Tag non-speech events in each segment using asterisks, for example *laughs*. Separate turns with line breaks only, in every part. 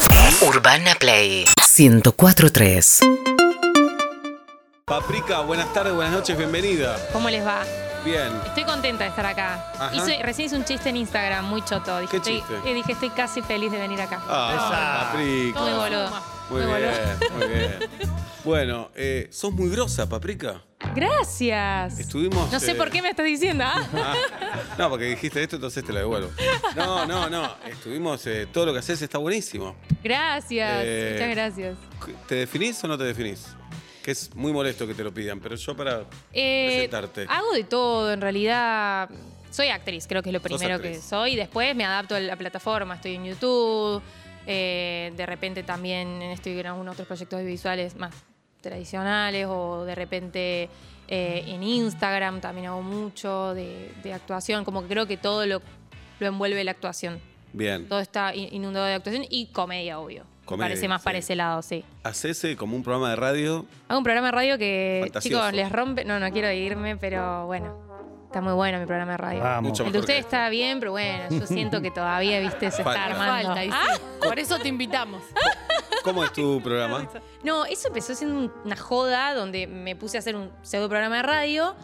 Play. Urbana Play 1043.
Paprika, buenas tardes, buenas noches, bienvenida.
¿Cómo les va?
Bien.
Estoy contenta de estar acá.
Ajá.
Hice- recién hice un chiste en Instagram, muy choto. Dije,
¿Qué
estoy,
chiste?
eh, dije, estoy casi feliz de venir acá.
Ah, Paprika.
Muy boludo.
Muy
muy
bien, muy bien. Bueno, eh, sos muy grosa, Paprika.
Gracias.
Estuvimos,
No sé
eh,
por qué me estás diciendo. ¿ah?
Ah, no, porque dijiste esto, entonces te lo devuelvo. No, no, no. Estuvimos, eh, todo lo que haces está buenísimo.
Gracias.
Eh,
Muchas gracias.
¿Te definís o no te definís? Que es muy molesto que te lo pidan, pero yo para
Eh,
presentarte.
Hago de todo, en realidad. Soy actriz, creo que es lo primero que
actriz.
soy. Después me adapto a la plataforma, estoy en YouTube. eh, de repente también estoy en algunos otros proyectos visuales más tradicionales o de repente eh, en Instagram también hago mucho de, de actuación, como que creo que todo lo, lo envuelve la actuación.
Bien.
Todo está in- inundado de actuación y comedia, obvio. Me
Comedia,
parece más
sí.
para ese lado, sí.
Haces eh, como un programa de radio.
Hago un programa de radio que,
Fantasioso.
chicos, les rompe. No, no quiero irme, pero bueno. Está muy bueno mi programa de radio.
Vamos.
Mucho mejor
El de
que
ustedes
este.
está bien, pero bueno, yo siento que todavía, viste, se
Falta.
está armando.
Falta, dice.
Ah,
Por eso te invitamos.
este. ¿Cómo es tu
*laughs*
programa?
No, eso empezó siendo un- una joda donde me puse a hacer un pseudo programa de radio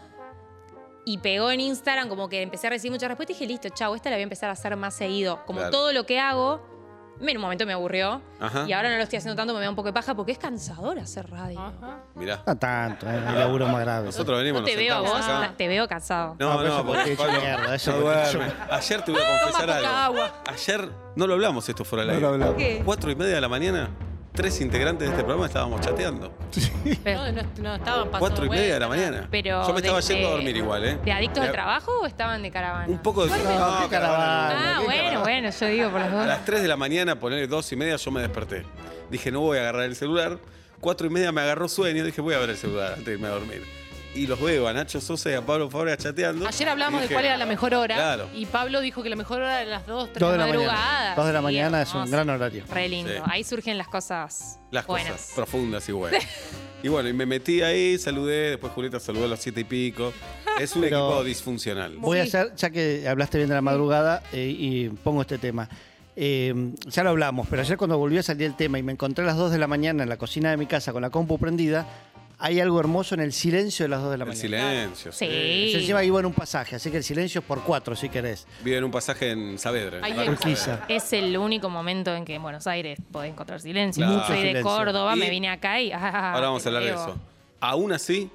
y pegó en Instagram, como que empecé a recibir muchas respuestas y dije, listo, chao, esta la voy a empezar a hacer más seguido. Como
Claro.
todo lo que hago, en un momento me aburrió
Ajá.
y ahora no lo estoy haciendo tanto, me da un poco de paja porque es cansador hacer radio.
Mirá.
No tanto, es mi laburo más grave.
Nosotros venimos,
No te
nos
veo a
sentamos
vos,
acá.
te veo cansado.
No,
Ah,
no,
pero
porque
yo
Pablo
mierda, eso
no
porque
duerme. Ayer te voy a confesar
poca
algo.
agua.
Ayer no lo hablamos esto fuera del aire.
¿Qué?
Cuatro y media de la mañana, tres integrantes de este programa estábamos chateando.
Pero-
*laughs* No, no, no estaban pasando.
Cuatro y media de la
vuelta.
mañana.
Pero
Yo me estaba
de-
yendo a
de-
dormir igual, ¿eh?
¿De adictos
Me-
al trabajo o estaban de caravana?
Un poco de
No, qué caravana.
Ah,
qué
bueno,
caravana.
bueno, yo digo por las
A
dos.
las 3 de la mañana, poner dos y media, yo me desperté. Dije, no voy a agarrar el celular. Cuatro y media me agarró sueño. Dije, voy a ver el celular antes de irme a dormir. Y los veo a Nacho Sosa y a Pablo Fabra chateando.
Ayer hablamos
Y
de
dije,
cuál era la mejor hora.
Claro.
Y Pablo dijo que la mejor hora era las 2, 3
Dos de la
madrugada,
mañana. Dos de la
sí,
mañana es un
hermoso.
gran horario.
Re lindo.
Sí.
Ahí surgen las cosas
Las
buenas.
cosas
*laughs*
profundas y buenas. y bueno, y me metí ahí, saludé. Después Julieta saludó a las siete y pico. Es un
*laughs* Pero-
equipo disfuncional.
Voy a
Sí.
hacer, ya que hablaste bien de la madrugada, eh, y pongo este tema. Eh, ya lo hablamos, pero ayer cuando volví a salir el tema y me encontré a las 2 de la mañana en la cocina de mi casa con la compu prendida, hay algo hermoso en el silencio de las 2 de la
El
mañana.
silencio.
Sí.
Yo encima iba en un pasaje, así que el silencio es por cuatro, si querés.
Vive en un pasaje en Saavedra. en
Ahí
el barrio
en
Urquiza.
Es el único momento en que en Buenos Aires podés encontrar silencio.
Claro.
Yo Soy de
Silencio.
Córdoba,
Y-
me vine acá y. ah,
Ahora vamos a hablar de
creo.
eso. Aún así,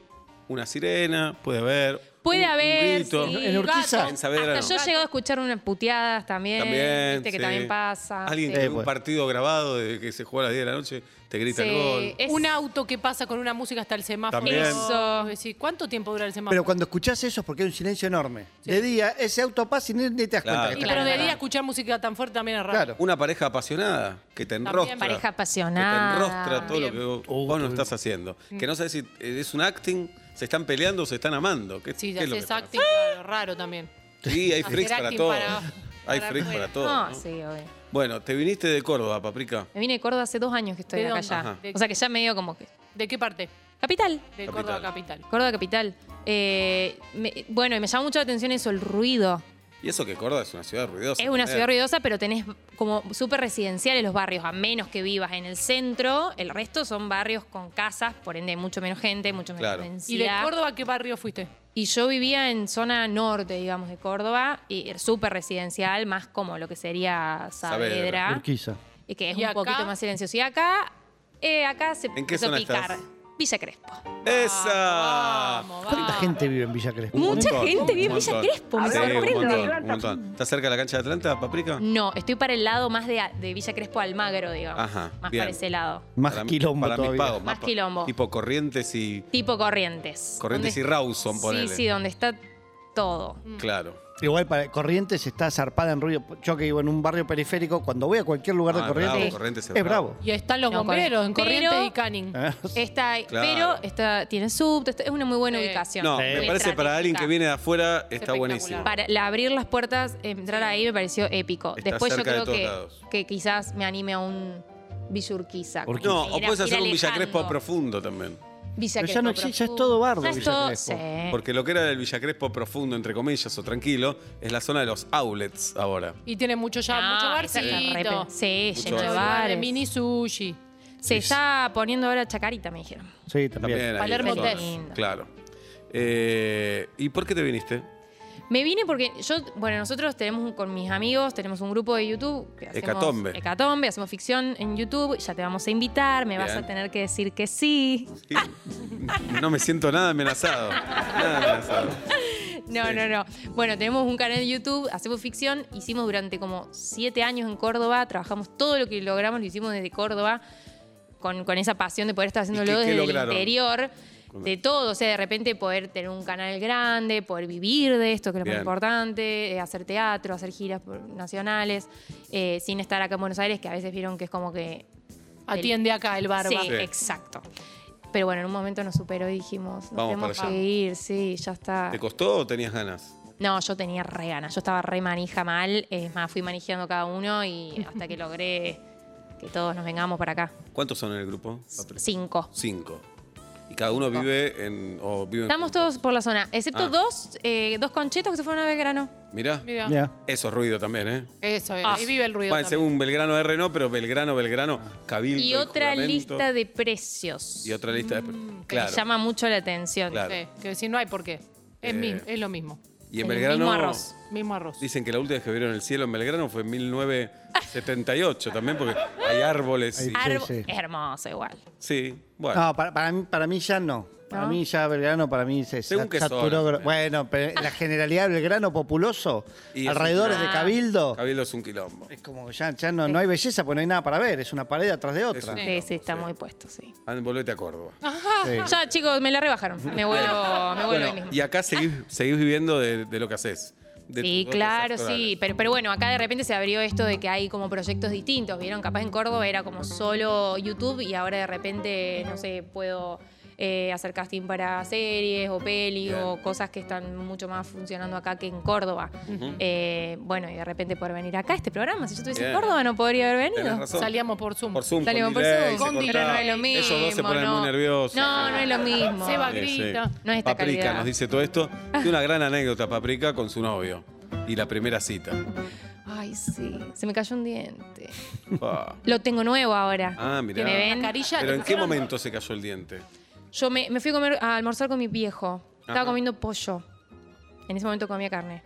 una sirena, puede haber.
Puede
un- un
haber,
grito.
sí.
En Urquiza.
En Saavedra
Hasta
no.
yo he llegado a escuchar unas puteadas también.
También.
viste que
sí.
también pasa.
Alguien
sí.
que ve
Eh,
un
bueno.
partido grabado desde que se juega a las 10 de la noche, te grita
Sí, Eh.
el gol.
es-
Un auto que pasa con una música hasta el semáforo.
También.
Eso.
Es decir, ¿Cuánto tiempo dura el semáforo?
Pero cuando escuchás eso es porque hay un silencio enorme. De día, ese auto pasa y ni, ni te das
Claro.
cuenta. que
y
está
pero de
pasando.
día escuchar música tan fuerte también es raro.
Claro.
Una pareja apasionada que te enrostra.
pareja
Que
apasionada.
te enrostra todo
Bien.
lo que vos, vos no estás haciendo. Que no sabes si eh, es un acting, se están peleando o se están amando. ¿Qué,
Sí,
qué es lo que
haces
están
acting, claro, raro también.
haciendo? Sí, hay
Hacer
freaks para
acting
todo.
para-
hay
para
freaks
afuera.
para todo.
No,
¿no?
sí, obvio.
Bueno, te viniste de Córdoba, Paprika.
Me vine de Córdoba hace dos años que estoy
¿De
acá
dónde?
ya.
Ajá.
O sea que ya medio como que.
¿De qué parte?
Capital.
De
Capital.
Córdoba Capital.
Córdoba capital. Eh, me- bueno, y me llama mucho la atención eso, el ruido.
Y eso que Córdoba es una ciudad ruidosa.
Es una
también.
ciudad ruidosa, pero tenés como súper residenciales los barrios, a menos que vivas en el centro. El resto son barrios con casas, por ende, mucho menos gente, mucho menos
Claro.
¿Y de
densidad.
Córdoba qué barrio fuiste?
Y yo vivía en zona norte, digamos, de Córdoba, y era súper residencial, más como lo que sería
Saavedra.
Saavedra,
Urquiza.
y que es
¿Y
un
acá?
poquito más silencioso. Y acá, eh, acá se
qué
empezó a
zona
picar.
estás?
Villa Crespo.
¡Esa!
Vamos, vamos.
¿Cuánta gente vive en Villa Crespo?
Un
Ah. Mucha
montón,
gente vive en
un
Villa
montón.
Crespo, me
Sí, un
sorprende. Mm.
montón, un montón. ¿Estás cerca de la cancha de Atlanta, Paprika?
No, estoy para el lado más de, de Villa Crespo Almagro, digamos.
Ajá,
más
bien.
para ese lado.
Más
Para-
quilombo
para mis
todavía.
pagos,
Más
pa-
quilombo.
Tipo corrientes y.
Tipo Corrientes.
Corrientes
¿Dónde-
y Rawson, ponele.
Sí, sí, donde está todo.
Mm.
Claro.
Igual para Corrientes está zarpada en ruido. Yo que vivo en un barrio periférico, cuando voy a cualquier lugar
Ah,
de Corrientes,
bravo, Corrientes es
es bravo.
Y están los
No,
bomberos en
Pero-
Corrientes y Canning.
Ah.
Está,
Claro.
pero está, tiene subte, está- es una muy buena
Sí.
ubicación.
No,
Sí.
me
Muy
parece para alguien que
estratégica.
viene de afuera está
Espectacular.
buenísimo.
Para la- abrir las puertas, entrar ahí me pareció épico.
Está
Después yo
cerca de
creo
todos
que,
lados.
que quizás me anime a un Villa Urquiza.
No,
Ir
o
a-
puedes
ir
hacer un Villa
alejando.
Crespo a profundo también.
Villa
Pero ya no
Crespo,
existe, ya es
profundo.
todo bardo
Ya es
Villa
todo-
Crespo.
sí.
Porque lo que era el Villa Crespo profundo, entre comillas, o tranquilo, es la zona de los outlets ahora.
Y tiene mucho ya,
No,
mucho
esa es la
barcito.
repe- Sí,
Mucho
lleno de
barcito.
Lugares,
bares.
Mini sushi.
Se está poniendo ahora Chacarita, me dijeron.
También.
Sí, también.
ahí
Palermo
está zona.
Test.
Lindo.
Claro. Eh, ¿Y por qué te viniste?
Me vine porque yo, bueno, nosotros tenemos un- con mis amigos, tenemos un grupo de YouTube. Que hacemos
Hecatombe.
Hecatombe, hacemos ficción en YouTube, ya te vamos a invitar, me vas
Bien.
a tener que decir que sí.
Sí. No me siento nada amenazado. Nada amenazado.
No,
Sí.
no, no. Bueno, tenemos un canal de YouTube, hacemos ficción, hicimos durante como siete años en Córdoba, trabajamos todo lo que logramos, lo hicimos desde Córdoba, con, con esa pasión de poder estar haciéndolo
qué
desde el
lograron?
interior, de todo, o sea, de repente poder tener un canal grande, poder vivir de esto, que es lo más
Bien.
importante, eh, hacer teatro, hacer giras por- nacionales, eh, sin estar acá en Buenos Aires, que a veces vieron que es como que...
Atiende acá el barba.
Sí,
Sí.
exacto. Pero bueno, en un momento nos superó y dijimos, nos
Vamos
tenemos
para allá.
que ir, sí, ya está.
¿Te costó o tenías ganas?
No, yo tenía re ganas. Yo estaba re manija mal. Es más, fui manejando cada uno y hasta que logré que todos nos vengamos para acá.
¿Cuántos son en el grupo?
Cinco.
Cinco. Y cada uno vive en. O vive
Estamos todos por la zona, excepto
Ah.
dos, eh, dos conchetos que se fueron a Belgrano.
Mirá.
Mira.
Ya.
Eso es ruido también, ¿eh?
Eso es.
Ah.
Y vive el ruido.
Bueno,
también.
según Belgrano R no, pero Belgrano, Belgrano, Cabildo.
Y otra
Juramento,
lista de precios.
Y otra lista de.
que me
Claro.
Mm, llama mucho la atención.
Claro.
Sí, que si no hay por qué.
Eh.
Es, mi- es lo mismo.
Y en
El mismo
Belgrano.
arroz.
Mismo arroz.
Dicen que la última vez que vieron el cielo en Belgrano fue en 1978 también, porque
Ah.
hay árboles. Y,
Ahí.
Arbo-
sí.
Hermoso igual.
sí, bueno.
No, para, para mí, para mí ya no. Para
¿No?
mí ya Belgrano, para mí se
Según
sa-
qué
saturó.
zona.
gro- Bueno, pero la generalidad de Belgrano populoso,
Y es
alrededores
un-
de
Ah.
Cabildo,
Cabildo es un quilombo.
es como que ya, ya no, no hay belleza porque no hay nada para ver, es una pared atrás de otra.
un-
Sí, sí, está muy puesto, sí.
Ah, Volvete a Córdoba.
Sí.
Ya, chicos, me la rebajaron. Me vuelvo, me vuelvo ahí mismo.
Y acá seguís, seguís viviendo de, de lo que haces. de
Ah. Sí,
tus dotes
claro, sí.
actorales.
Pero, pero bueno, acá de repente se abrió esto de que hay como proyectos distintos. Vieron, capaz en Córdoba era como solo YouTube y ahora de repente, no sé, puedo eh, hacer casting para series o peli
Bien.
o cosas que están mucho más funcionando acá que en Córdoba. Eh, bueno, y de repente poder venir acá a este programa. Si yo estuviese en
Bien.
Córdoba no podría haber
Tenés
venido.
razón.
Salíamos por Zoom.
Por Zoom,
Salimos
con
por
delay,
Zoom,
se
con
cortaba.
delay, no es lo mismo.
Esos dos se ponen
no.
muy nerviosos.
No, no es lo mismo.
Seba
Sí, sí.
grita.
No es esta
Paprika
calidad.
nos dice todo esto. Y una gran anécdota, Paprika, con su novio. Y la primera
*laughs*
cita.
Ay, sí. Se me cayó un diente.
Ah,
Lo tengo nuevo ahora.
Ah, mirá.
Que me ven.
Carilla,
Pero
te
¿en qué
pusieron-
momento se cayó el diente?
Yo me, me fui a, comer, a almorzar con mi viejo. Estaba
Ajá.
comiendo pollo. En ese momento comía carne.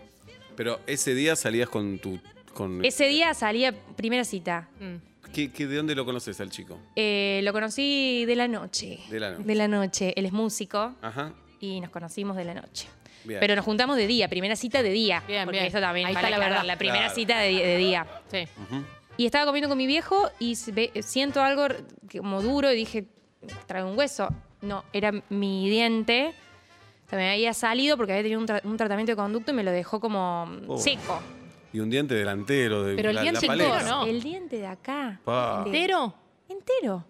Pero ese día salías con tu... Con,
Ese día salía primera cita.
Mm.
¿Qué- qué- de dónde lo conoces al chico?
Eh, lo conocí de la noche.
De la noche.
noche. Él es músico
Ajá.
y nos conocimos de la noche.
Bien.
Pero nos juntamos de día, primera cita de día.
Bien,
porque
bien.
eso también
Ahí
vale
está la
aclarar,
verdad.
La primera
Claro.
cita de, de día.
Sí.
Ujú.
Y estaba comiendo con mi viejo y se ve- siento algo que- como duro y dije, trae un hueso. No, era mi diente. Se me había salido porque había tenido un, tra- un tratamiento de conducto y me lo dejó como mm,
Oh.
seco.
Y un diente delantero de
Pero el
la,
diente
la paleta.
entero, ¿no?
El diente de acá.
Pa.
de-
¿Entero?
Entero.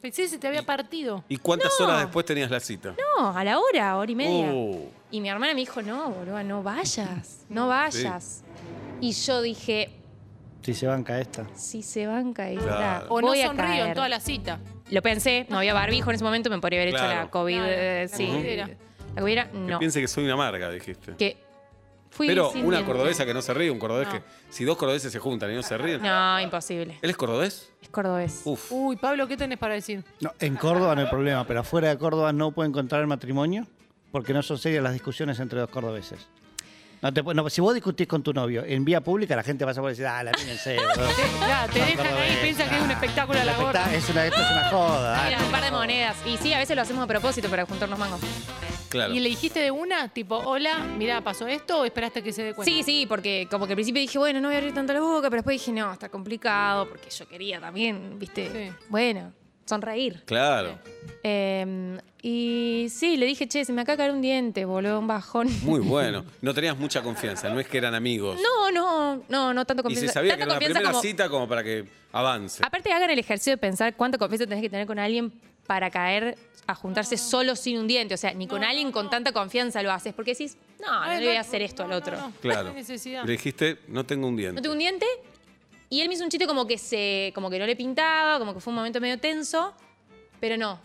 Pensé que se te había partido.
¿Y cuántas horas después tenías la cita?
No, a la hora, hora y media.
Oh.
Y mi hermana me dijo, no, boludo,
*laughs*
no vayas, no vayas. Y yo dije,
Si se banca esta.
si se banca esta,
Claro.
O no
voy a
sonrío
caer".
en toda la cita.
Lo pensé, no había barbijo en ese momento, me podría haber hecho
Claro.
la COVID,
Claro,
eh,
la
sí.
covidera.
La covidera,
Que
no.
piense que soy una marca, dijiste.
Que fui
Pero
sin
una
diente.
cordobesa que no se ríe, un cordobés
No.
que. Si dos cordobeses se juntan y no se ríen.
No, imposible.
¿Él es cordobés?
Es cordobés.
Uf.
Uy, Pablo, ¿qué tenés para decir?
No, en Córdoba no hay problema, pero afuera de Córdoba no pueden contraer matrimonio porque no son serias las discusiones entre dos cordobeses. No te pu- no, si vos discutís con tu novio en vía pública, la gente pasa por decir, ah, la mina en serio.
Te, ya, te dejan ahí y piensan que es un espectáculo a eh, la Ah, gorra.
Es una, esto es una joda. ah,
Mira,
dale.
un par de monedas. Y sí, a veces lo hacemos a propósito para juntarnos mangos.
Claro.
¿Y le dijiste de una? Tipo, hola, mira, pasó esto o esperaste que se dé cuenta?
Sí, sí, porque como que al principio dije, bueno, no voy a abrir tanto la boca, pero después dije, no, está complicado, porque yo quería también, ¿viste?
Sí.
Bueno, sonreír.
Claro.
Eh, y sí, le dije, che, se me acaba de caer un diente, boludo, un bajón.
Muy bueno. No tenías mucha confianza, no es que eran amigos.
No, no, no, no tanto
y
confianza.
se sabía que
Tanta
era una
confianza
primera
como-
cita como para que avance.
Aparte, hagan el ejercicio de pensar cuánta confianza tenés que tener con alguien para caer a juntarse solo sin un diente. O sea, ni con alguien con tanta confianza lo haces, porque decís, no, no,
Ay,
le voy a hacer esto al
no,
otro.
no,
No,
no.
Claro.
No hay necesidad.
Le dijiste, no tengo un diente.
tengo un diente. Y él me hizo un chiste como que se, como que no le pintaba, como que fue un momento medio tenso, pero no.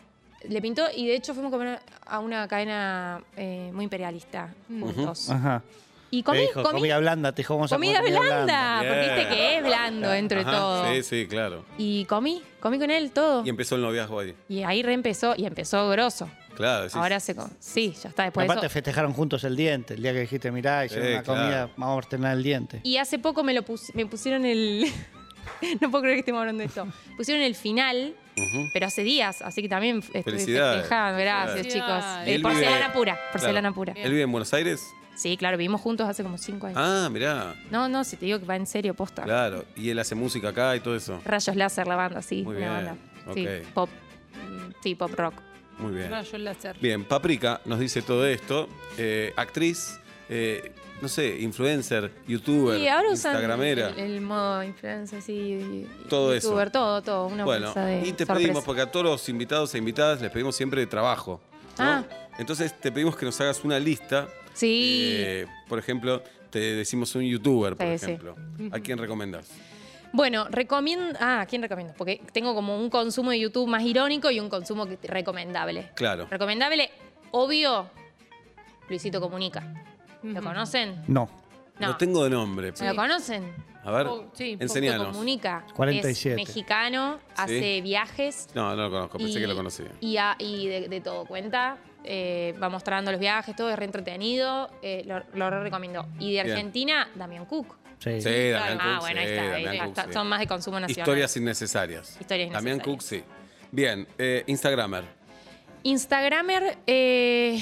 le pintó y de hecho fuimos a comer a una cadena eh, muy imperialista
Ujú.
juntos.
Ajá.
Y
Le
comí,
dijo,
comí-
comida blanda, te dijo, vamos a
comida
comer
blanda, Ah, porque
Bien.
viste que es blando dentro de
Ajá,
todo.
Sí, sí, claro.
Y comí, comí con él todo.
Y empezó el noviazgo ahí.
Y ahí reempezó, y empezó grosso.
Claro, decís,
Ahora se... con- Sí, ya está,
Pues
después de
Aparte
eso.
festejaron juntos el diente, el día que dijiste, mirá, hicieron
Eh,
una
claro.
comida, vamos a ordenar el diente.
Y hace poco me lo pus- me pusieron el. *laughs* no puedo creer que estemos hablando de esto. Pusieron el final,
ujú.
pero hace días, así que también estoy
Felicidades.
festejando. Gracias,
Felicidades.
chicos.
Y
Eh,
él
porcelana
vive-
pura, porcelana pura.
¿Él vive en Buenos Aires?
Sí, claro, vivimos juntos hace como cinco años.
Ah, mirá.
No, no, si te digo que va en serio, posta.
Claro. Y él hace música acá y todo eso.
Rayos láser, la banda, sí.
Muy
una
bien,
banda. Sí,
ok.
pop. mm, Sí, pop rock.
Muy bien.
Rayo láser.
Bien, Paprika nos dice todo esto. Eh, actriz, eh, no sé, influencer, youtuber,
Sí, ahora usan el,
instagramera.
el modo influencer, sí. y-
Todo eso.
youtuber, Todo, todo. Una
bueno,
bolsa de
y te
sorpresa.
pedimos, porque a todos los invitados e invitadas les pedimos siempre trabajo. ¿no?
Ah.
Entonces te pedimos que nos hagas una lista.
Sí.
Eh, por ejemplo, te decimos un youtuber, por
Sí, sí.
ejemplo. ¿A quién recomendás?
Bueno, recomiendo. Ah, ¿a quién recomiendo? Porque tengo como un consumo de YouTube más irónico y un consumo que- recomendable.
Claro.
Recomendable, obvio, Luisito Comunica. ¿Lo
Ujú.
conocen?
No,
No.
Lo tengo de nombre.
¿Me ¿Lo conocen?
A ver,
Oh, sí, poco
Luisito
enseñanos.
Comunica.
47.
Es mexicano, hace viajes.
No, no lo conozco, Pues pensé
y-
que lo conocía.
Y, a- y de, de todo cuenta. eh, va mostrando los viajes, todo es re entretenido. eh, lo, lo re recomiendo. Y de
Bien.
Argentina, Damián Cook.
sí.
Sí, Damián
ah,
Cook,
bueno, ahí
sí,
está. ahí
Damián
ya
Cook,
está,
sí.
Son más de consumo nacional.
Historias innecesarias.
Historias
También Cook, sí.
innecesarias.
Bien, eh, Instagramer.
Instagramer, eh,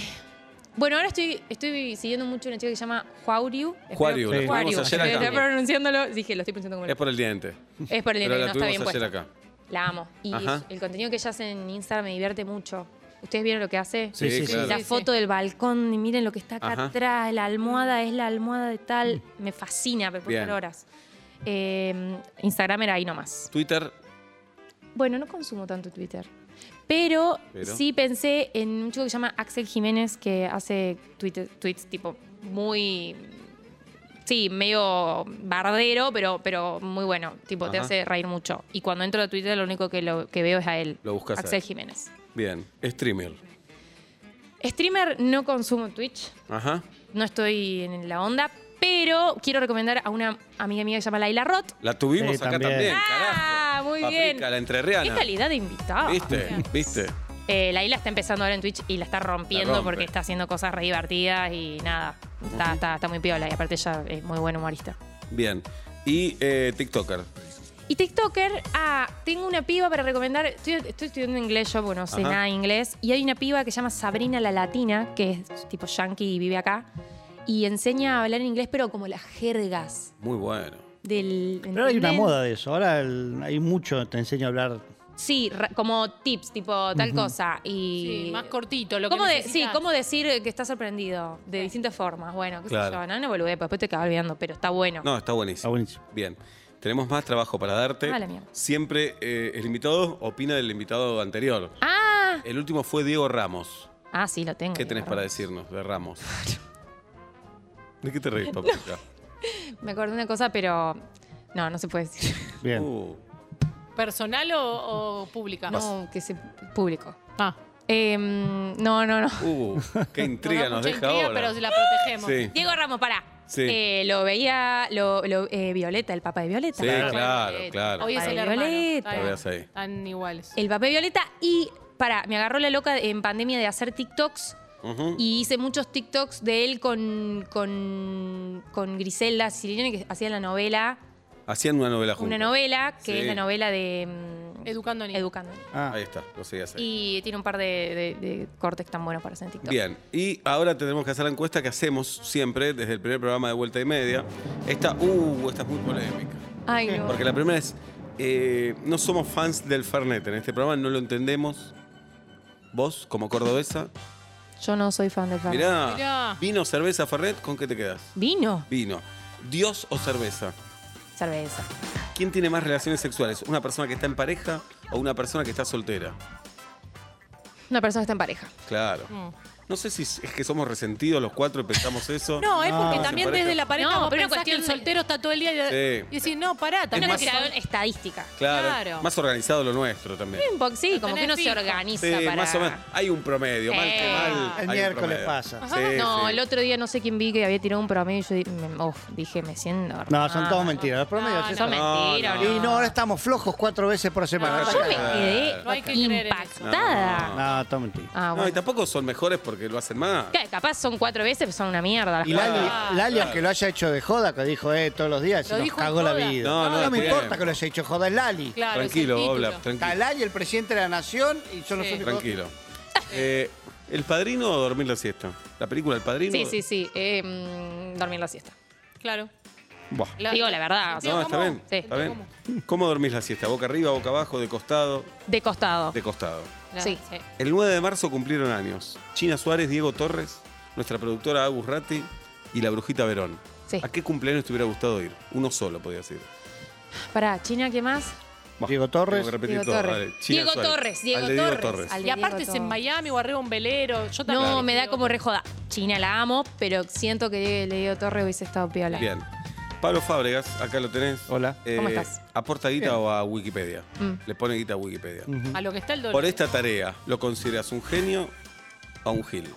bueno, ahora estoy, estoy siguiendo mucho una chica que se llama Juariu. Espero-
Juariu,
la tuvimos
Juariu.
ayer
Estoy-
acá.
Estoy pronunciándolo, dije, lo estoy pronunciando como
Es
lo-
por el diente.
Es por el
Pero la
dinero, no está
tuvimos
bien
ayer
puesto.
acá.
La amo. Y
Ajá.
el contenido que ella hace en Instagram me divierte mucho. ¿Ustedes vieron lo que hace?
Sí,
Sí, sí,
claro.
La
Sí, sí.
foto del balcón, y miren lo que está acá
Ajá. Mm.
atrás, la almohada es la almohada de tal. Me fascina, me puedo
Bien.
estar horas. Eh, Instagram era ahí nomás.
Twitter,
Bueno, no consumo tanto Twitter. Pero,
Pero.
sí pensé en un chico que se llama Axel Jiménez que hace tweet- tweets tipo muy. Sí, medio bardero, pero, pero muy bueno. Tipo, te
Ajá.
hace reír mucho. Y cuando entro a Twitter, lo único que, lo, que veo es a él.
Lo buscas a
Axel
él.
Jiménez.
bien. Streamer.
Streamer, no consumo Twitch.
Ajá.
No estoy en la onda. Pero quiero recomendar a una amiga mía que se llama Laila Roth.
La tuvimos
Sí,
acá también,
también.
carajo.
Ah, muy
Paprika,
bien. Ah.
la entrerriana.
Qué calidad de invitada. *laughs*
¿Viste? ¿Viste?
Eh, Laila está empezando ahora en Twitch y la está rompiendo
La rompe.
porque está haciendo cosas re divertidas y nada. Está, está, está muy piola y aparte ella es muy buen humorista.
Bien. Y eh, TikToker.
Y TikToker, ah, tengo una piba para recomendar. Estoy, estoy estudiando inglés, yo bueno, no sé
Ajá.
nada de inglés. Y hay una piba que se llama Sabrina la Latina, que es tipo yankee y vive acá. Y enseña a hablar en inglés, pero como las jergas
Muy bueno.
del.
Pero ahora hay una
¿entendés?
moda de eso, ahora el- hay mucho, te enseño a hablar.
Sí, ra- como tips, tipo tal cosa. Y
Sí, más cortito, lo
¿Cómo
que
de- sí,
necesitas.
cómo decir eh, que estás sorprendido de distintas formas. Bueno, qué
Claro.
sé yo, no, no boludez, después te acabas olvidando, pero está bueno.
No, está
Está
buenísimo.
buenísimo.
Bien. Tenemos más trabajo para darte.
Ah, la mierda.
Siempre eh, el invitado opina del invitado anterior.
Ah,
El último fue Diego Ramos.
ah, sí, lo tengo.
¿Qué tenés
Diego
para
Ramos.
decirnos de Ramos? *laughs* ¿De qué te reís, Paprika?
Me acordé de una cosa, pero no, no se
*laughs*
puede decir.
Bien.
Uh,
¿Personal o, o pública?
No, que se público.
Ah.
Em, no, no, *laughs* no.
uh, qué intriga
da
nos
mucha
deja
intriga,
ahora.
Pero la protegemos.
Sí.
Diego Ramos, pará.
Sí.
Eh, lo veía lo, lo- eh, Violeta, el papá de Violeta.
Sí, claro, claro.
Hoy es el
Ay,
hermano.
Violeta. Eh,
Está
Lo
bien.
veas ahí.
Están iguales.
El papá de Violeta y, pará, me agarró la loca en pandemia de hacer TikToks.
Ujú.
Y hice muchos TikToks de él con, con, con Griselda Sirione, que hacía la novela,
Hacían una novela juntos.
una novela, que
Sí.
es la novela de mm,
Educando a niños.
Educando.
Ah,
Ahí está, lo seguí hacer.
Y tiene un par de, de- de cortes tan buenos para hacer en TikTok.
Bien, y ahora tenemos que hacer la encuesta que hacemos siempre desde el primer programa de Vuelta y Media. Esta, uh, esta es muy polémica.
Ay, no.
Porque la primera es, eh, no somos fans del Fernet en este programa, no lo entendemos. Vos, como cordobesa,
Yo no soy fan del Fernet.
mirá,
Mirá.
vino, cerveza, Fernet, ¿con qué te quedas?
Vino,
Vino. ¿Dios o cerveza?
cerveza.
¿Quién tiene más relaciones sexuales? ¿Una persona que está en pareja o una persona que está soltera? Ah,
Una persona que está en pareja.
Claro.
Mm.
No sé si es que somos resentidos los cuatro y pensamos eso.
No, es porque
No,
también
se parece.
desde la pareja
No,
vos
pero una
pensás que el
cuestión de-
soltero está todo el día y,
Sí.
y decís, no, pará,
Una
también porque
cuestión estadística.
Claro,
claro.
Más organizado lo nuestro también.
Un poco- Sí,
Lo
como que
tenés
uno se
fijo.
organiza
Sí,
para. Ah,
más o menos. Hay un promedio, mal que
Eh.
mal. hay
El
un
miércoles
promedio.
pasa.
Sí,
no,
sí.
el otro día no sé quién vi que había tirado un promedio y yo di- me- uf, dije, me siento.
No, son
armada.
todos mentiras. Los promedios
No,
sí
no,
Son
son-
No,
mentiras. Ah,
no.
Y no, ahora estamos flojos cuatro veces por semana.
Yo me quedé
No hay que creer en eso.
impactada.
No, todo mentira.
Ah,
No, y
bueno.
tampoco son mejores porque lo hacen más.
Claro, Capaz son cuatro veces, pero son una mierda. las
Y
cuatro.
Lali,
Ah,
Lali,
claro.
aunque lo haya hecho de joda, que dijo, eh, todos los días,
Lo
nos
dijo en
cagó la
joda.
vida.
No,
No,
no,
no, me
está bien.
importa que lo haya hecho joda, es Lali.
Claro, es el
tranquilo,
título.
Oblap,
Está
tranquilo.
Lali, el presidente de la nación, y son los
Sí.
únicos.
Tranquilo. Eh, ¿El padrino o dormir la siesta? ¿La película El padrino?
Sí, sí, sí. eh, mm, dormir la siesta.
Claro.
Buah.
Digo la verdad, o sea,
No, está
¿cómo?
bien.
Sí.
Está bien. ¿Cómo dormís la siesta? ¿Boca arriba, boca abajo, de costado?
De costado.
De costado.
Claro,
Sí.
El 9 de marzo cumplieron años. China Suárez, Diego Torres, nuestra productora Agus Ratti y la brujita Verón.
Sí.
¿A qué cumpleaños te hubiera gustado ir? Uno solo, podía decir.
Pará, China, ¿qué más?
Bah,
Diego Torres.
tengo que repetir
Diego
todo.
Torres.
Dale, China
Diego
Suárez.
Torres, Diego
Al de Diego
Torres.
Torres.
Al-
Y aparte
Diego
es en
todo.
Miami o arriba un velero. Yo también.
No, me da como re joda. China la amo, pero siento que le digo Torres hubiese estado piola.
Bien. Pablo Fábregas, acá lo tenés. Eh,
Hola.
¿Cómo estás?
¿Aporta guita o a Wikipedia?
Mm.
Le pone guita a Wikipedia.
A lo que está el dolor.
Por esta tarea, ¿lo consideras un genio o un gil?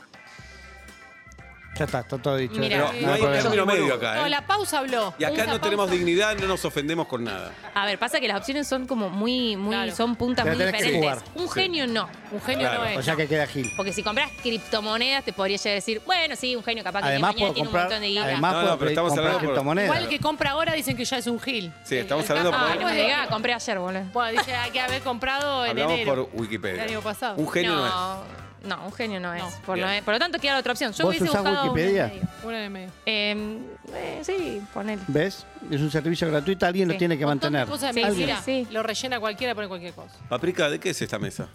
Ya está, está todo dicho.
Mira,
Pero
sí.
no hay
problema.
término medio acá, ¿eh?
No, la pausa habló.
Y acá
Esa
no tenemos
pausa-
dignidad, no nos ofendemos con nada.
A ver, pasa que las opciones son como muy, muy,
Claro.
son puntas
Pero
muy
tenés que
diferentes.
jugar.
Un
Sí.
genio no.
Un genio
Claro.
no es.
O sea que queda Gil.
Porque si compras criptomonedas te podría llegar a decir, bueno, sí, un genio capaz que
Además
mañana
puedo
tiene un
comprar,
montón de guita.
además
No, no,
puedo
pero estamos
comprar
hablando por-
criptomonedas.
Igual el que compra ahora dicen que ya es un gil.
Sí, estamos hablando
Ah,
Ay,
por,
no me digas, compré ayer, boludo.
Bueno, dice, hay que haber comprado en
hablamos
enero.
por Wikipedia.
El año pasado.
Un genio no, es.
No, un genio no es.
No.
Por, lo,
Bien.
por lo tanto, queda la otra opción. Yo
¿Vos
hubiese
usás
buscado un
Wikipedia?
medio.
Una en el medio.
Eh, eh, sí, ponele.
¿Ves? Es un servicio gratuito, alguien
Sí.
lo tiene que
Un montón de
mantener.
cosas de
Sí,
mentira.
sí, sí.
Lo rellena cualquiera, pone cualquier cosa.
Paprika, ¿de qué es esta mesa?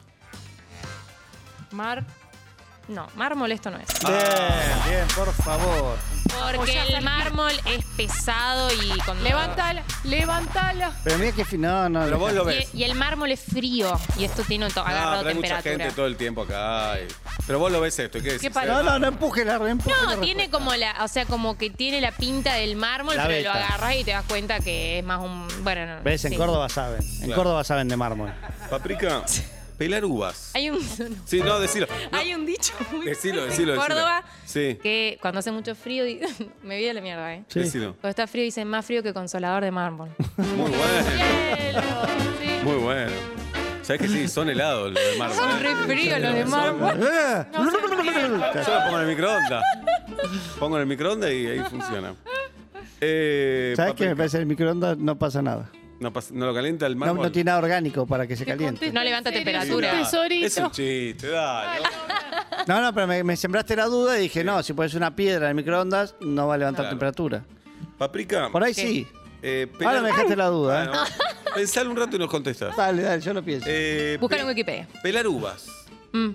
Mar.
No, mármol esto no es.
Bien, bien, por favor.
O
Porque
ya
el
salí.
mármol es pesado y con.
Levántala, levántala.
Pero mira que fin- no, no.
Pero vos
deja.
lo ves.
Y, y el mármol es frío y esto tiene to- agarrado
pero hay mucha
temperatura.
gente todo el tiempo acá. y- Pero vos lo ves esto, ¿y ¿qué decís?
¿Qué pasa?
Eh,
No, no, no empuje la re, empuje la
no,
re-
tiene como la, o sea, como que tiene la pinta del mármol,
La
pero lo
veta.
agarras y te das cuenta que es más un, bueno, no,
¿Ves? En
sí.
Córdoba saben. En
Claro.
Córdoba saben de mármol.
Paprika, pelar uvas.
Hay un, *laughs*
Sí, no, decilo. No,
hay un dicho muy
Decilo, decilo,
fuerte en
decilo.
Córdoba
Sí.
que cuando hace mucho frío y- *laughs* me viene la mierda, eh.
Sí.
decilo.
Cuando está frío dicen más frío que consolador de mármol.
*laughs* Muy bueno.
Hielo, sí.
Muy bueno. Sabés que sí, son helados los de mármol.
Son re fríos los de
Son-
mármol.
Eh,
Yo lo pongo en el microondas. Pongo en el microondas y ahí funciona. Eh,
¿Sabes qué? Me
paprika.
parece que el microondas no pasa nada.
No, pas- no lo calienta el
No,
mármol.
no tiene nada orgánico para que se
Te
caliente.
contesto
No levanta
en serio,
temperatura.
Es un tesorito.
Es un chiste, dale.
No, no, pero me, me sembraste la duda y dije, no, si pones una piedra en el microondas, no va a levantar
Claro.
temperatura.
Paprika.
Por ahí
¿Qué?
sí.
eh, pelar-
Ahora me dejaste la duda. ¿eh?
Ah, no. Pensalo un rato y nos contestas.
Dale, dale, yo lo pienso.
Eh,
Búscalo en
pe-
Wikipedia.
Pelar uvas.
Mm.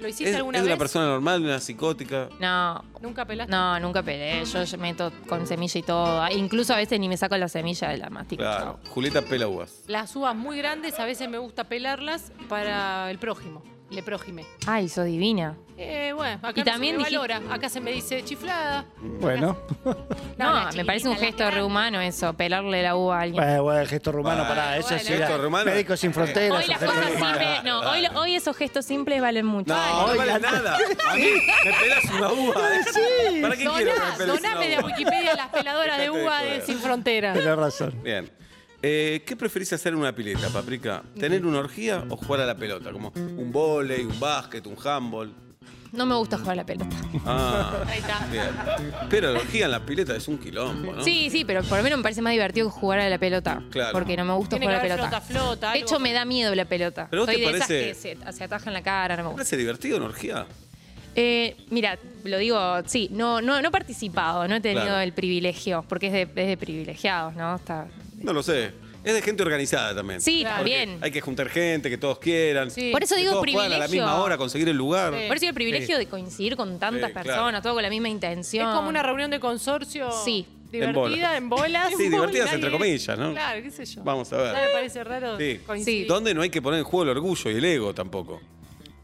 ¿Lo hiciste
¿Es,
alguna
es de
vez?
una persona normal, de una psicótica?
No,
¿Nunca pelaste?
no, nunca peleé. Yo yo meto con semilla y todo. Ah, Incluso a veces ni me saco la semilla de la mastica.
Claro. Julieta pela uvas.
Las uvas muy grandes, a veces me gusta pelarlas para el prójimo. Le prójime.
Ay, sos divina.
Eh, bueno, acá
Y
no
también
se me
dijiste-
valora. Acá se me dice chiflada.
Bueno.
No, la
No, me parece un
chiquitita,
gesto
la
re
grande.
humano eso, pelarle la uva a alguien.
Bueno, bueno, el gesto rumano,
Bueno,
pará, eso
bueno.
sí. era
Gesto rumano.
Médicos sin fronteras.
Hoy las
o sea,
cosas
sí.
simples, no, hoy, lo- hoy esos gestos simples valen mucho.
No, no
hoy
vale
la-
nada. A mí me pelas una *laughs* uva. ¿eh?
Sí.
¿Para qué quiero que me
Doná,
peles una
doname de
uva?
Wikipedia las peladoras de
Dejate de
uva
joder.
de Sin Fronteras.
Tenés razón.
Bien. Eh, ¿Qué preferís hacer en una pileta, Paprika? ¿Tener una orgía o jugar a la pelota? Como un volei, un básquet, un handball.
No me gusta jugar a la pelota.
Ah,
Ahí está.
bien. Pero la orgía en la pileta es un quilombo, ¿no?
Sí, sí, pero por lo menos me parece más divertido que jugar a la pelota.
Claro.
Porque no me gusta
Tiene que
jugar a la
haber
pelota.
flota, flota.
de
algo.
hecho, me da miedo la pelota.
¿Pero vos
Soy
te
de
parece-
esas que se, se atajan la cara, no me
¿Te
gusta.
parece divertido una orgía?
Eh, mira, lo digo, sí, no, no, no he participado, no he tenido
Claro.
el privilegio, porque es de, es de privilegiados, ¿no? Está-
No lo sé. Es de gente organizada también.
Sí,
Claro.
Porque
también.
Hay que juntar gente, que todos quieran.
Sí.
Por eso
Que
digo
todos puedan
privilegio.
a la misma hora conseguir el lugar.
Sí.
Por eso digo el privilegio de coincidir con tantas
Sí, claro.
personas, todo con la misma intención.
Es como una reunión de consorcio
Sí.
En bolas.
divertida, en bolas.
Sí,
En
divertidas
bolas,
entre
nadie-
comillas, ¿no?
Claro, qué sé yo.
Vamos a ver.
Ya me parece raro
Sí.
coincidir.
Donde no hay que poner en juego el orgullo y el ego tampoco.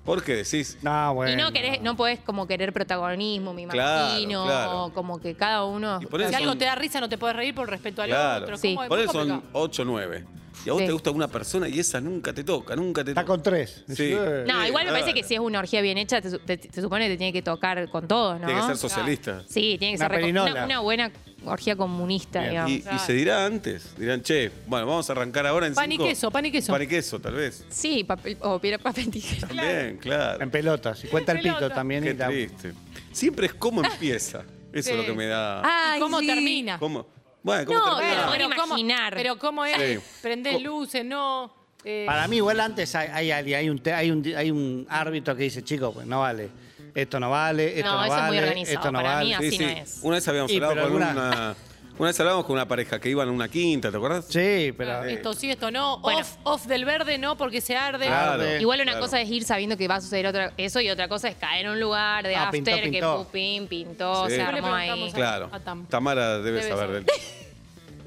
Porque decís,
No, bueno.
Y no querés, no podés como querer protagonismo, me
Claro,
imagino,
claro.
o como que cada uno.
Y por eso-
Si algo
son-
te da risa, no te puedes reír por respeto al
Claro.
otro.
Sí.
¿Cómo es?
por
Muy
eso son
complicado.
8 o 9. Y a vos
Sí.
te gusta una persona y esa nunca te toca, nunca te
Está
toca.
con tres.
Sí.
Eh,
No, igual me parece
claro.
que si es una orgía bien hecha, te, su- te- te supone que te tiene que tocar con todos, ¿no?
Tiene que ser socialista.
Sí, tiene que
Una
ser reco-
perinola.
una, una buena orgía comunista,
Bien.
digamos.
Y, y se dirá antes, dirán, che, bueno, vamos a arrancar ahora en
Pan y
cinco.
queso, pan y queso.
Pan y queso, tal vez.
Sí, papel, o piedra, papel, tijera.
También, claro.
En pelotas. Y cuenta el pito
Pelota.
también.
Qué
y la-
triste. Siempre es
*laughs*
cómo empieza. Eso
Sí.
es lo que me da.
¿Y ¿Cómo termina?
¿Cómo? Bueno, ¿cómo
No,
termina?
pero-
pero cómo-
imaginar.
Pero cómo es,
Sí.
prender
Co-
luces, no. eh,
Para mí, igual antes hay, hay alguien, hay un, te- hay, un, hay un árbitro que dice, chicos, pues no vale. Esto no vale, esto no,
No, eso es muy
vale.
organizado.
Esto no
Para
vale.
mí, así no es.
Una vez habíamos
Y,
hablado
pero
con
alguna-
una. Una vez hablamos con una pareja que iban a una quinta, ¿te acuerdas?
Sí, pero. eh,
ah, Esto sí, esto no.
Bueno.
Off, off del verde, no, porque se arde.
Claro.
Claro.
Igual una
Claro.
cosa es ir sabiendo que va a suceder otra, eso y otra cosa es caer en un lugar de
Ah,
after
pintó,
que
pintó.
pupín pintó,
Sí.
se
Después
le
armó ahí.
preguntamos
Claro.
A Tam.
Tamara debe,
Debe
saber
saber.
del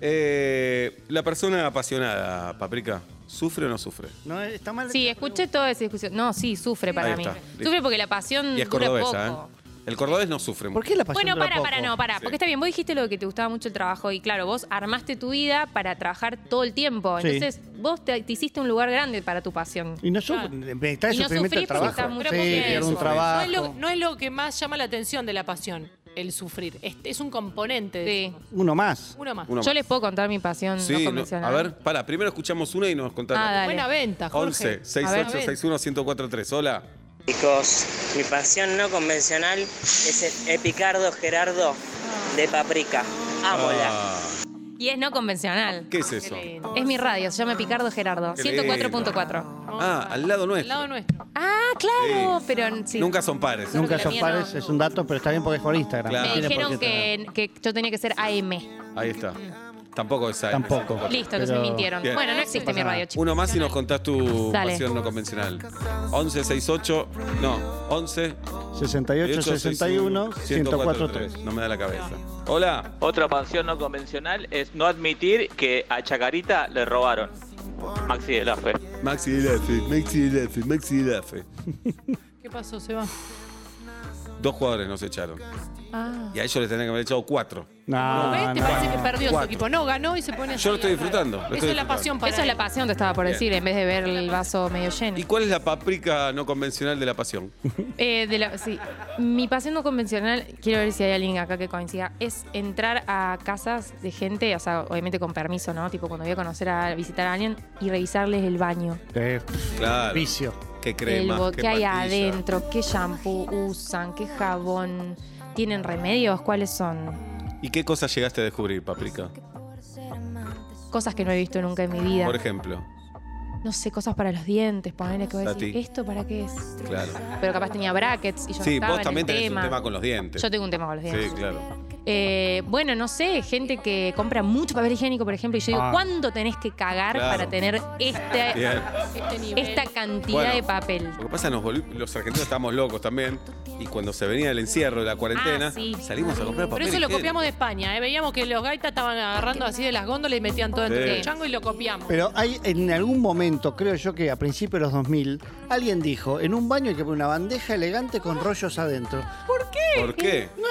Eh, la persona apasionada, Paprika, ¿sufre o no sufre?
No, está mal.
Sí, escuché toda esa discusión. No, sí, sufre para
Ahí
mí.
está, listo.
Sufre porque la pasión
Y es
dura
cordobesa,
Mm, poco.
¿eh? El cordobés no sufre
¿Por
mucho.
qué la pasión
Bueno,
dura
para,
poco?
para, no, para.
Sí.
Porque está bien, vos dijiste lo de que te gustaba mucho el trabajo y claro, vos armaste tu vida para trabajar todo el tiempo.
Sí.
Entonces, vos te, te hiciste un lugar grande para tu pasión.
Y no sufre, me trae
Y no
sufrimiento
sufrís porque
el trabajo.
estás muy
sí,
contento.
pierdo
No es lo-
un
No
trabajo.
es, lo, no es lo que más llama la atención de la pasión, el sufrir. Es, es un componente.
Sí.
De
Uno más.
Uno más.
Uno
Yo
más.
les puedo contar mi pasión
Sí,
no
no-
convencional.
a ver, para, primero escuchamos una y nos contás.
Ah, dale.
Buena venta, Jorge.
11
A ver.
6861 1043. Hola.
Chicos, mi pasión no convencional es el Epicardo Gerardo de Paprika. Ámola.
Ah,
Y es no convencional.
¿Qué es eso?
Qué lindo.
Es mi radio, se llama Picardo Gerardo,
Qué lindo.
104.4.
Ah, al lado
Al
nuestro.
lado nuestro.
Ah, claro,
Sí.
pero n- sí.
Nunca son pares.
Nunca
la
son
mía
pares,
no.
es un dato, pero está bien porque es por Instagram.
Claro.
no
Me
tiene por
dijeron
qué tener.
que, que yo tenía que ser AM.
Ahí está. Tampoco es AM.
Tampoco.
Listo, que se
Pero-
mintieron.
Bien.
Bueno, no existe mi
Pasa nada.
radio, chicos.
Uno más y nos contás tu
Dale.
pasión no convencional. 1168. No, 11.
68, 61, 104, 3.
No me da la cabeza. Hola.
Otra pasión no convencional es no admitir que a Chacarita le robaron. Maxi de la Fe.
Maxi Lafe, Maxi Lafe, Maxi Lafe.
¿Qué pasó, Seba?
Dos jugadores nos echaron.
Ah.
Y a ellos les tendrían que haber echado cuatro.
No,
¿Ves? Te
no,
parece que
no.
perdió su
Cuatro.
equipo. No, ganó y se pone así.
Yo lo estoy disfrutando, lo
Eso
estoy
es la
disfrutando.
pasión para
Eso es la
él.
pasión, te estaba por
Bien.
decir, en vez de ver el vaso medio lleno.
¿Y cuál es la paprika no convencional de la pasión?
Eh, de la- sí. Mi pasión no convencional, quiero ver si hay alguien acá que coincida, es entrar a casas de gente, o sea, obviamente con permiso, ¿no? Tipo, cuando voy a conocer a visitar a alguien y revisarles el baño.
Eh,
Claro.
Vicio.
¿Qué
el
crema?
bo-
¿Qué
qué hay
pastilla?
adentro, qué shampoo usan, qué jabón, tienen remedios, cuáles son
¿Y qué cosas llegaste a descubrir, paprika?
cosas que no he visto nunca en mi vida.
Por ejemplo.
No sé, cosas para los dientes, ponerle que voy a
Tati.
decir, ¿esto para qué es?
Claro.
Pero capaz tenía brackets y yo
Sí,
no estaba
vos también
en el
tenés
tema.
un tema con los dientes.
Yo tengo un tema con los dientes.
Sí, claro.
Eh, bueno, no sé, gente que compra mucho papel higiénico, por ejemplo, y yo digo,
Ah.
¿cuánto tenés que cagar
Claro.
para tener este,
Bien.
Este nivel.
esta cantidad
Bueno.
de papel?
Lo que pasa es que los argentinos estábamos locos también. Y cuando se venía el encierro, la cuarentena,
Ah, sí.
salimos a comprar papel.
Pero eso lo
higiénico.
copiamos de España, ¿eh? Veíamos que los gaitas estaban agarrando así de las góndolas y metían todo
Sí.
entre el chango y lo copiamos.
Pero hay en algún momento, creo yo que a principios de los 2000, alguien dijo, en un baño hay que poner una bandeja elegante con rollos adentro.
¿Por qué?
No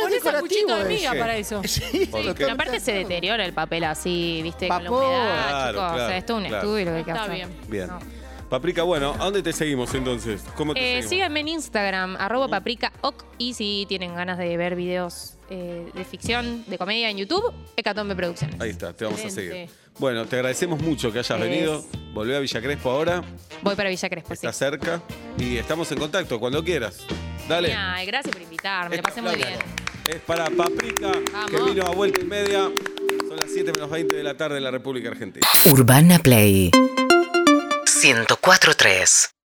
Con
es
ese cuchito de miga
ese.
para eso.
*laughs* Sí,
¿Por
totalmente
qué?
Pero aparte se
de acuerdo.
deteriora el papel así, viste, con
Vapor.
la humedad,
Claro, claro,
chicos. o sea, esto es un
claro.
estudio lo que hay que
Está
hacer.
bien.
Bien.
No.
Paprika, bueno, ¿a dónde te seguimos entonces? ¿Cómo te
Eh,
seguimos?
síganme en Instagram, arroba paprikaoc, y si tienen ganas de ver videos eh, de ficción, de comedia en YouTube, Hecatombe Producciones.
Ahí está, te vamos a seguir.
Excelente.
Bueno, te agradecemos mucho que hayas
Es-
venido. Volvé a Villa Crespo ahora,
Voy para Villa Crespo, sí.
está cerca y estamos en contacto cuando quieras. Dale.
Genial, gracias por invitarme, la
Este
pasé muy bien.
aplauso Es para Paprika, que
Vamos.
vino a vuelta y media. Son las 7 menos 20 de la tarde en la República Argentina.
Urbana Play 104.3